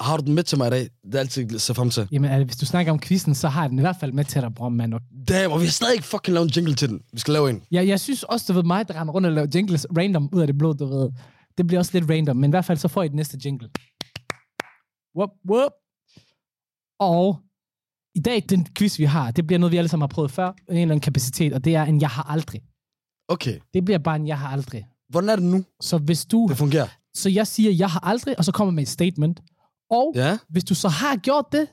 S2: har du den med til mig i dag? Det er altid så frem til.
S1: Jamen, altså, hvis du snakker om quizzen, så har jeg den i hvert fald med til dig, bror, mand. Og
S2: Damn, og vi har stadig ikke fucking lavet en jingle til den. Vi skal lave en.
S1: Jeg, jeg synes også, du ved mig, der render rundt og laver jingles random ud af det blå, du ved. Det bliver også lidt random, men i hvert fald så får I den næste jingle. Whoop, whoop. Og i dag, den quiz, vi har, det bliver noget, vi alle sammen har prøvet før, i en eller anden kapacitet, og det er en jeg har aldrig.
S2: Okay,
S1: Det bliver bare en jeg har aldrig.
S2: hvordan er det nu?
S1: Så hvis du,
S2: Det fungerer.
S1: så jeg siger, jeg har aldrig, og så kommer jeg med et statement. Og
S2: Ja?
S1: Hvis du så har gjort det,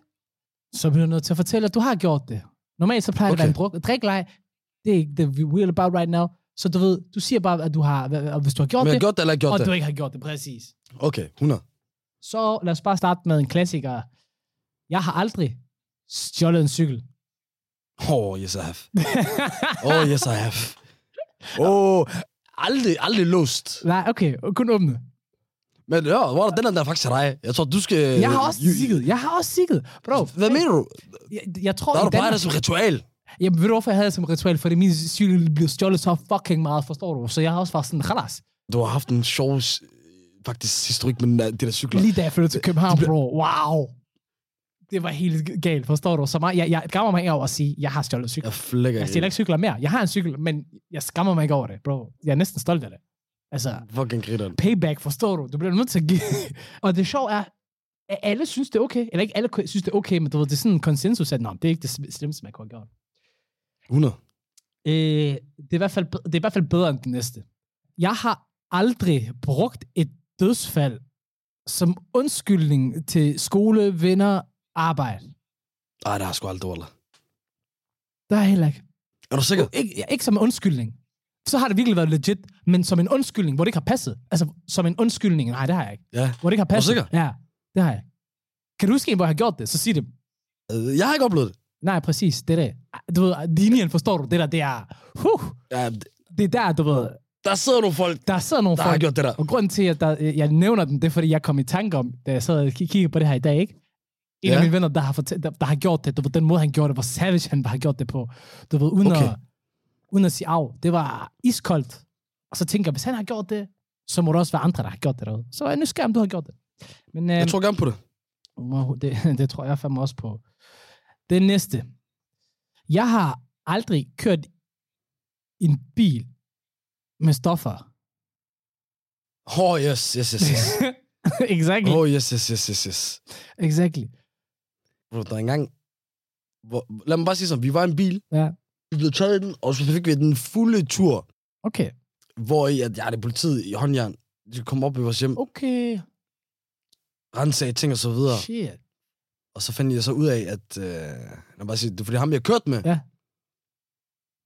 S1: så bliver du nødt til at fortælle, at du har gjort det. Normalt så plejer okay. det at være en druk, drikleje. Det er ikke det, we're all about right now. Så du ved, du siger bare, at du har, og hvis du har gjort
S2: Men jeg
S1: det,
S2: har gjort det, eller ikke gjort
S1: og
S2: det?
S1: du ikke har gjort det, præcis.
S2: Okay, 100.
S1: Så lad os bare starte med en klassiker. Jeg har aldrig stjålet en cykel.
S2: Oh, yes I
S1: [laughs]
S2: have. Oh, yes I have. Oh, aldrig, aldrig låst.
S1: Nej, okay, kun åbne.
S2: Men ja, hvor den er der faktisk til dig. Jeg tror, du skal...
S1: Jeg har også
S2: Ju-
S1: sigget. Jeg har også sigget. Bro,
S2: Øh, Hvad mener du?
S1: jeg, jeg tror,
S2: Der er
S1: i
S2: du bare
S1: Danmark-
S2: det som ritual.
S1: Jamen, ved du, hvorfor jeg havde det som ritual? Fordi min cykel blev stjålet så fucking meget, forstår du? Så jeg har også været sådan, khalas.
S2: Du har haft en sjov øh, faktisk historik med den der, de der cykler.
S1: Lige da jeg flyttede til København,
S2: Det
S1: bro. Wow. det var helt galt, forstår du? Så meget, jeg, jeg skammer mig ikke over at sige, jeg har stjålet cykler.
S2: Jeg flækker
S1: Jeg stjæler ikke cykler mere. Jeg har en cykel, men jeg skammer mig ikke over det, bro. Jeg er næsten stolt af det. Altså,
S2: Fucking gritteren.
S1: payback, forstår du? Du bliver nødt til at give... [laughs] og det sjove er, at alle synes, det er okay. Eller ikke alle synes, det er okay, men du ved, det er sådan en konsensus, at "Nå, det er ikke det sl- slemmeste, man kunne have gjort.
S2: 100.
S1: Øh, det, er i hvert fald, be- det er i hvert fald bedre end det næste. Jeg har aldrig brugt et dødsfald som undskyldning til skole, venner, arbejde.
S2: Ej, det har jeg sgu aldrig, Walla.
S1: Der er jeg heller ikke.
S2: Er du sikker?
S1: ikke, ikke som en undskyldning. Så har det virkelig været legit, men som en undskyldning, hvor det ikke har passet. Altså, som en undskyldning. Nej, det har jeg ikke.
S2: Ja.
S1: Hvor det ikke har passet.
S2: sikker?
S1: Ja, det har jeg. Kan du huske en, hvor jeg har gjort det? Så sig det.
S2: Øh, Jeg har ikke oplevet det.
S1: Nej, præcis. Det er det. Ej, Du ved, linjen forstår du. Det der, det er... Huh,
S2: Ja,
S1: det er der, du ved.
S2: der sidder nogle folk,
S1: Der sidder nogle
S2: der har
S1: folk...
S2: gjort det der.
S1: Og grunden til, at der, øh, jeg nævner den, det er, fordi jeg kom i tanke om, da jeg sad og kig- kiggede på det her i dag, ikke? En ja.
S2: Ja.
S1: af mine venner, der har, fortæ- der, der har gjort det, du ved, den måde, han gjorde det, hvor savage han har gjort det på, du ved, uden, okay.
S2: Okay.
S1: at, uden at sige af. Det var iskoldt. Og så tænker jeg, hvis han har gjort det, så må der også være andre, der har gjort det derude. Så er jeg nysgerrig, om du har gjort det. Men, øh,
S2: Jeg tror gerne på det.
S1: [laughs] Wow, det, det tror jeg fandme også på. Det næste. Jeg har aldrig kørt en bil med stoffer.
S2: Åh, oh, yes, yes, yes,
S1: [laughs]
S2: yes.
S1: exactly.
S2: Åh, oh, yes, yes, yes, yes, yes.
S1: Exactly.
S2: Bro, der er engang... Hvor, lad mig bare sige sådan, vi var i en bil.
S1: Ja.
S2: Vi blev taget i den, og så fik vi den fulde tur,
S1: Okay.
S2: hvor i, at jeg er det politiet i håndjern. De kom op i vores hjem,
S1: Okay.
S2: rensagde ting og så videre.
S1: Shit.
S2: Og så fandt jeg så ud af, at... Øh, lad mig bare sige, det er fordi ham, jeg kørte med.
S1: Ja.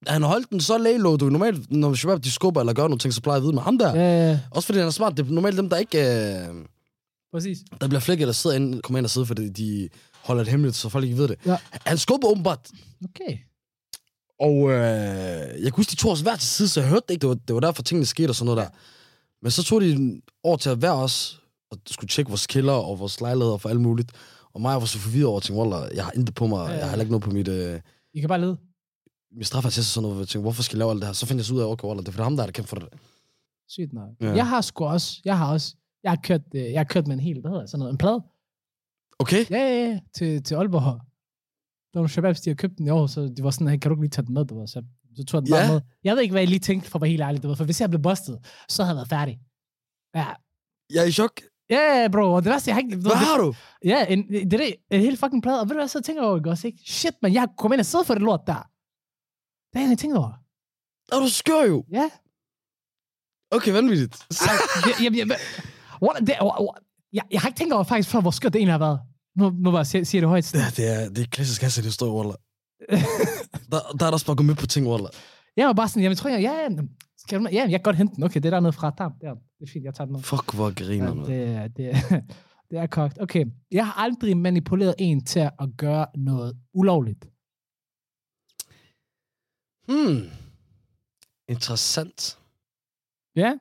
S2: Han holdt den så lay low. Du, normalt, når Shabab, de skubber eller gør nogle ting, så plejer jeg at vide med ham der.
S1: Ja, ja, ja.
S2: Også fordi han er smart. Det er normalt dem, der ikke... Øh,
S1: præcis.
S2: der bliver flækket, der sidder inde, kommer ind og sidder, fordi de holder det hemmeligt, så folk ikke ved det.
S1: Ja.
S2: Han skubber åbenbart
S1: Okay.
S2: Og øh, jeg kunne huske, de tog os hver til side, så jeg hørte det ikke. Det var, det var derfor, tingene skete og sådan noget der. Men så tog de over til at være os, og skulle tjekke vores kælder og vores lejligheder for alt muligt. Og mig var så forvirret over, at tænke, Wallah, jeg har intet på mig,
S1: Ja, ja.
S2: jeg har heller ikke noget på mit, øh,
S1: I kan bare lede.
S2: min straffatest og sådan noget. Jeg tænkte, hvorfor skal jeg lave alt det her? Så fandt jeg så ud af, okay, Wallah, det er for ham, der har kæmpet for det.
S1: Sygt nok. Ja.
S2: Ja.
S1: Jeg har sgu også, jeg har også, jeg har kørt, øh, jeg har kørt med en hel, hvad hedder det, sådan noget, en plade.
S2: Okay?
S1: Ja, ja, ja, til, til Aalborg. Der var nogle shababs, de havde købt den i år, så de var sådan, hey, kan du ikke lige tage den med? Du ved? Så, så tog jeg den bare
S2: Ja.
S1: med. Jeg ved ikke, hvad jeg lige tænkte, for at være helt ærlig. Du ved? For hvis jeg blev bustet, så havde jeg været færdig. Ja,
S2: Jeg er i chok.
S1: ja yeah, bro, og det værste, jeg har ikke... du ved,
S2: Hvad har du?
S1: det- Ja, en, det er en helt fucking plade, og ved du hvad, så tænker jeg over, ikke også, ikke? Shit, man, jeg kom ind og sidde for det lort der. Det er jeg tænker over.
S2: Er du skør jo?
S1: Ja.
S2: Okay, vanvittigt.
S1: Ej, [laughs] jeg, jeg, jeg, what, det, what, what, jeg, jeg har ikke tænkt over faktisk før, hvor skørt det egentlig har været. Nu, nu bare siger, siger det højt.
S2: Ja, det er, det er klassisk hasse, det står, Wallah. der, der er der også bare gået med på ting, Wallah.
S1: Jeg var bare sådan, jamen, tror jeg, ja, ja, skal du, ja, jeg kan godt hente den. Okay, det er dernede fra. Der, der, det er fint, jeg tager den med.
S2: Fuck, hvor
S1: Ja,
S2: griner man.
S1: det, er- det, er- [laughs] det er kogt. Okay, jeg har aldrig manipuleret en til at gøre noget ulovligt.
S2: Hmm. Interessant.
S1: Ja?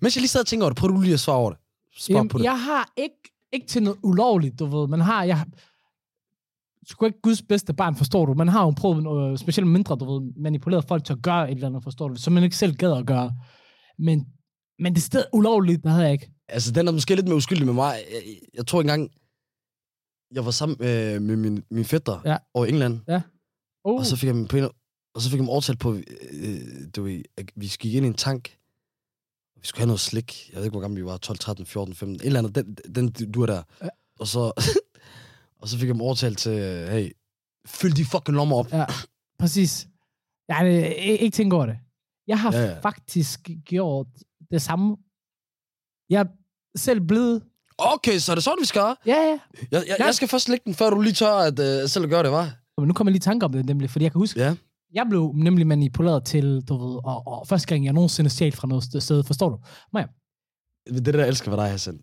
S2: Mens jeg lige sad og tænker over det, prøv du lige at svare over det. Svar
S1: Jamen,
S2: på det.
S1: jeg har ikke, ikke til noget ulovligt, du ved. Man har, jeg har- sgu ikke Guds bedste barn, forstår du. Man har jo prøvet, øh, specielt mindre, du ved, manipuleret folk til at gøre et eller andet, forstår du, som man ikke selv gad at gøre. Men, men det sted ulovligt, der havde jeg ikke.
S2: Altså, den er måske lidt mere uskyldig med mig. Jeg, jeg, jeg tror ikke engang, jeg var sammen øh, med min, min fætter
S1: Ja.
S2: over i England,
S1: Oh,
S2: og så fik jeg min på en, og så fik jeg dem overtalt på, øh, du ved, at vi gik ind i en tank, og vi skulle have noget slik. Jeg ved ikke, hvor gammel vi var. 12, 13, 14, 15. Et eller andet. Den, den du er der.
S1: Ja.
S2: Og så, [laughs] og så fik jeg dem overtalt til, øh, hey, fyld de fucking lommer op.
S1: Præcis. Jeg har ikke tænkt over det. Jeg har ja,
S2: Ja,
S1: ja.
S2: ja.
S1: faktisk gjort det samme. Jeg er selv blevet...
S2: Okay, så er det sådan, vi skal have.
S1: Ja, ja.
S2: Jeg, jeg,
S1: Ja.
S2: jeg skal først lægge den, før du lige tør at øh, selv gøre det, var.
S1: Men nu kommer jeg lige i tanke om det nemlig, fordi jeg kan huske,
S2: Ja.
S1: jeg blev nemlig manipuleret til, du ved, og, og første gang jeg nogensinde stjal fra noget sted- sted, forstår du?
S2: Det er det, jeg elsker ved dig, Hassan.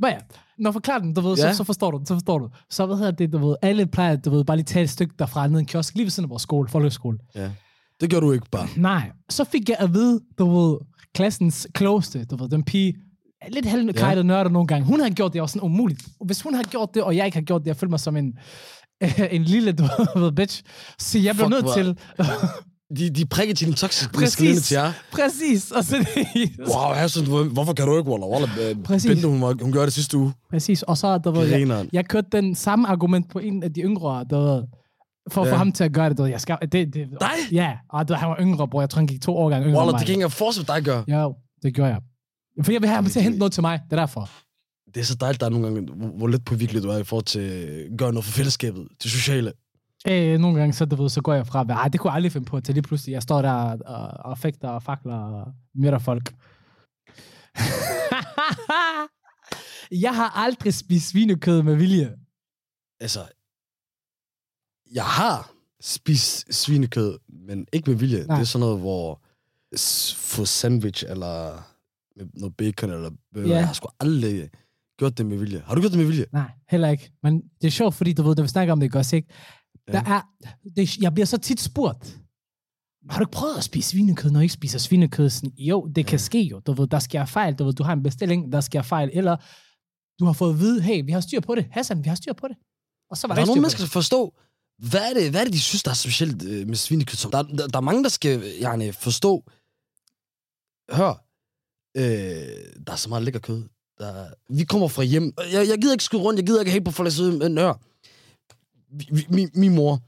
S1: Men ja, når jeg forklarer den, du ved, ja.
S2: Ja.
S1: så, så, forstår du den, så forstår du. Så hvad hedder det, du ved, alle plejer, du ved, bare lige tage et stykke derfra ned i en kiosk, lige ved siden af vores skole, folkeskole.
S2: Det gør du ikke bare.
S1: Nej, så fik jeg at vide, du ved, klassens klogeste, du ved, den pige, lidt halvkajtet ja. nørder nogle gange. Hun havde gjort det, jeg var sådan umuligt. Hvis hun havde gjort det, og jeg ikke har gjort det, [laughs] jeg følte mig som en, en lille, du ved, bitch. Så jeg blev
S2: Fuck,
S1: nødt
S2: hvor-
S1: til
S2: de, de prikker til din toxic
S1: Præcis.
S2: masculinity er.
S1: Præcis, og så det...
S2: Wow, Hassan, hvor- hvorfor kan du ikke, Walla? Walla, øh,
S1: Præcis.
S2: Bente, hun, var- hun gjorde det sidste uge.
S1: Præcis, og så er der var jeg,
S2: Grineren.
S1: jeg kørte den samme argument på en af de yngre, der var, for at få
S2: Ja.
S1: ham til at gøre det, der var, jeg skal, det, det,
S2: Dig?
S1: Ja, og der, han var yngre, bror. Jeg tror, han gik to år gang yngre
S2: Walla,
S1: end
S2: det
S1: mig.
S2: kan ikke engang fortsætte dig at gøre.
S1: Jo, det gjorde jeg. For jeg vil have ham
S2: Jamen,
S1: til at
S2: det-
S1: hente noget til mig. Det er derfor.
S2: Det er så dejligt, der er nogle gange, hvor, hvor lidt påvirkelig du er i forhold til at gøre noget for fællesskabet, det sociale.
S1: Øh, nogle gange, så, du ved, så går jeg fra, at være, "Ej, det kunne jeg aldrig finde på, til lige pludselig, jeg står der og, og fægter og fakler og myrder folk. [laughs] jeg har aldrig spist svinekød med vilje.
S2: Altså, jeg har spist svinekød, men ikke med vilje.
S1: Nej.
S2: Nej. Det er sådan noget, hvor s- få sandwich eller med noget bacon eller burger.
S1: Ja.
S2: Ja. Jeg har sgu aldrig gjort det med vilje. Har du gjort det med vilje?
S1: Nej, heller ikke. Men det er sjovt, fordi du ved, da vi snakker om det, ikke også, ikke? Der
S2: Ja.
S1: er, det, jeg bliver så tit spurgt, har du ikke prøvet at spise svinekød, når du ikke spiser svinekød? Sådan, jo, det kan ske jo. Du ved, der sker fejl. Du ved, du har en bestilling, der sker fejl. Eller du har fået at vide, hey, vi har styr på det. Hassan, vi har styr på det. Og så var
S2: Der,
S1: der,
S2: er
S1: ikke
S2: nogle
S1: styr på
S2: mennesker, der forstår, hvad er, det, hvad er det, de synes, der er specielt øh, med svinekød? som- Der, der, der er mange, der skal øh, gerne forstå, hør, øh, der er så meget lækker kød. Der, vi kommer fra hjem. Jeg, jeg gider ikke skyde rundt, jeg gider ikke hate på folk, der sidder, men hør, vi, vi, min, min mor,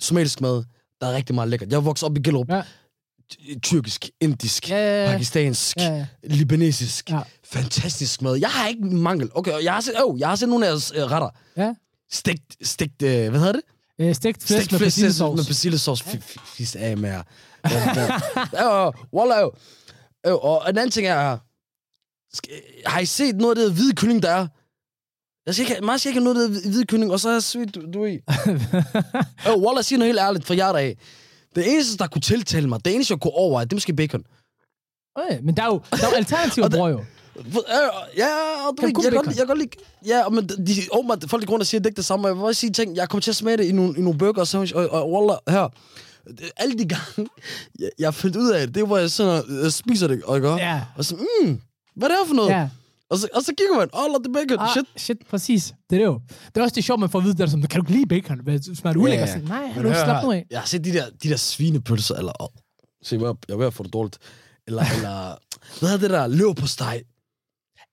S2: somalisk mad, der er rigtig meget lækkert. Jeg voksede op i Gellerup.
S1: Ja.
S2: Ja. Tyrkisk, indisk,
S1: det. Ja, ja, ja.
S2: pakistansk,
S1: ja, ja.
S2: libanesisk.
S1: Ja.
S2: Ja. Fantastisk mad. Jeg har ikke mangel. Okay, og jeg har set, oh, jeg har set nogle af jeres øh, retter.
S1: Ja.
S2: Stegt, stegt øh, hvad hedder det?
S1: Øh, stegt flæsk
S2: Stegt
S1: med
S2: flæsk
S1: persillesauce.
S2: med persillesauce. Fy- fy- Fis af med jer. Ja, ja, Wallah, jo. Jo, Og en anden ting er, sk- har I set noget af det hvide kylling, der er? Jeg skal ikke, have- mig skal ikke have noget af det hvide kylling, og så er sweet, du, du er i. Øh, Wallah, sig noget helt ærligt fra jer af. Det eneste, der kunne tiltale mig, det eneste, jeg kunne overveje, det er måske bacon.
S1: [laughs] Øh, men der er jo, der
S2: [laughs]
S1: er jo alternativer,
S2: Og det-
S1: bror jo.
S2: For- øh, Ja, og du
S1: Kan
S2: ved,
S1: kun
S2: jeg, kan
S1: bacon.
S2: godt, lide- jeg kan godt lide... Ja, men de, åbenbart, folk i grunden siger, at det ikke er det samme. og Jeg vil også sige ting. Jeg kommer til at smage det i nogle, i nogle burger og sandwich, og, og wallah, her. Det- Alle de gange, [laughs] jeg, jeg har fundet ud af det, det er, hvor jeg sådan jeg spiser det, og jeg gør,
S1: Ja,
S2: og så, mm, hvad er det her for noget?
S1: ja.
S2: Og, så, og så kigger man, oh, det er bacon,
S1: Ah,
S2: shit.
S1: shit, præcis. Det er det jo. Det er også det sjovt, man får at vide, det er som, kan du ikke lide bacon? Hvad smager det
S2: Ja,
S1: ulækkert?
S2: ja.
S1: Sådan, Nej, har
S2: Men
S1: du
S2: hør
S1: slap
S2: her,
S1: nu af?
S2: Jeg har set de der, de der svinepølser, eller... Oh, se, jeg er jeg er ved at få det dårligt. Eller, eller hvad er det der? Løv på steg.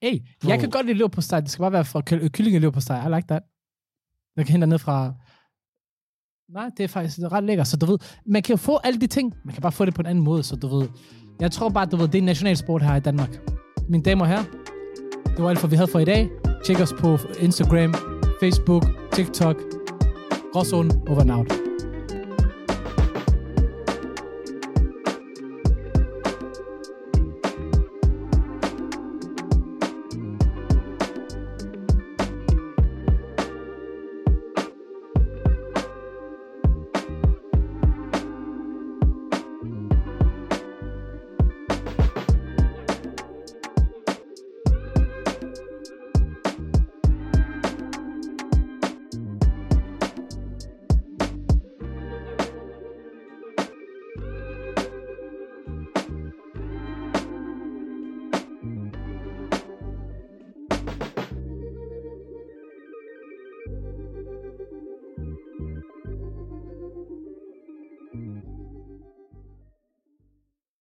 S1: Hey, jeg kan
S2: Bro.
S1: godt lide leverpostej. Det skal bare være fra kyl- kyllingeleverpostej. I like that. Jeg kan hente ned fra... Nej, det er faktisk det er ret lækkert. Så du ved, man kan jo få alle de ting. Man kan bare få det på en anden måde, så du ved. Jeg tror bare, du ved, det er en nationalsport her i Danmark. Mine damer og herrer, det var alt, for vi havde for i dag. Tjek os på Instagram, Facebook, TikTok. Gråzonen over and out.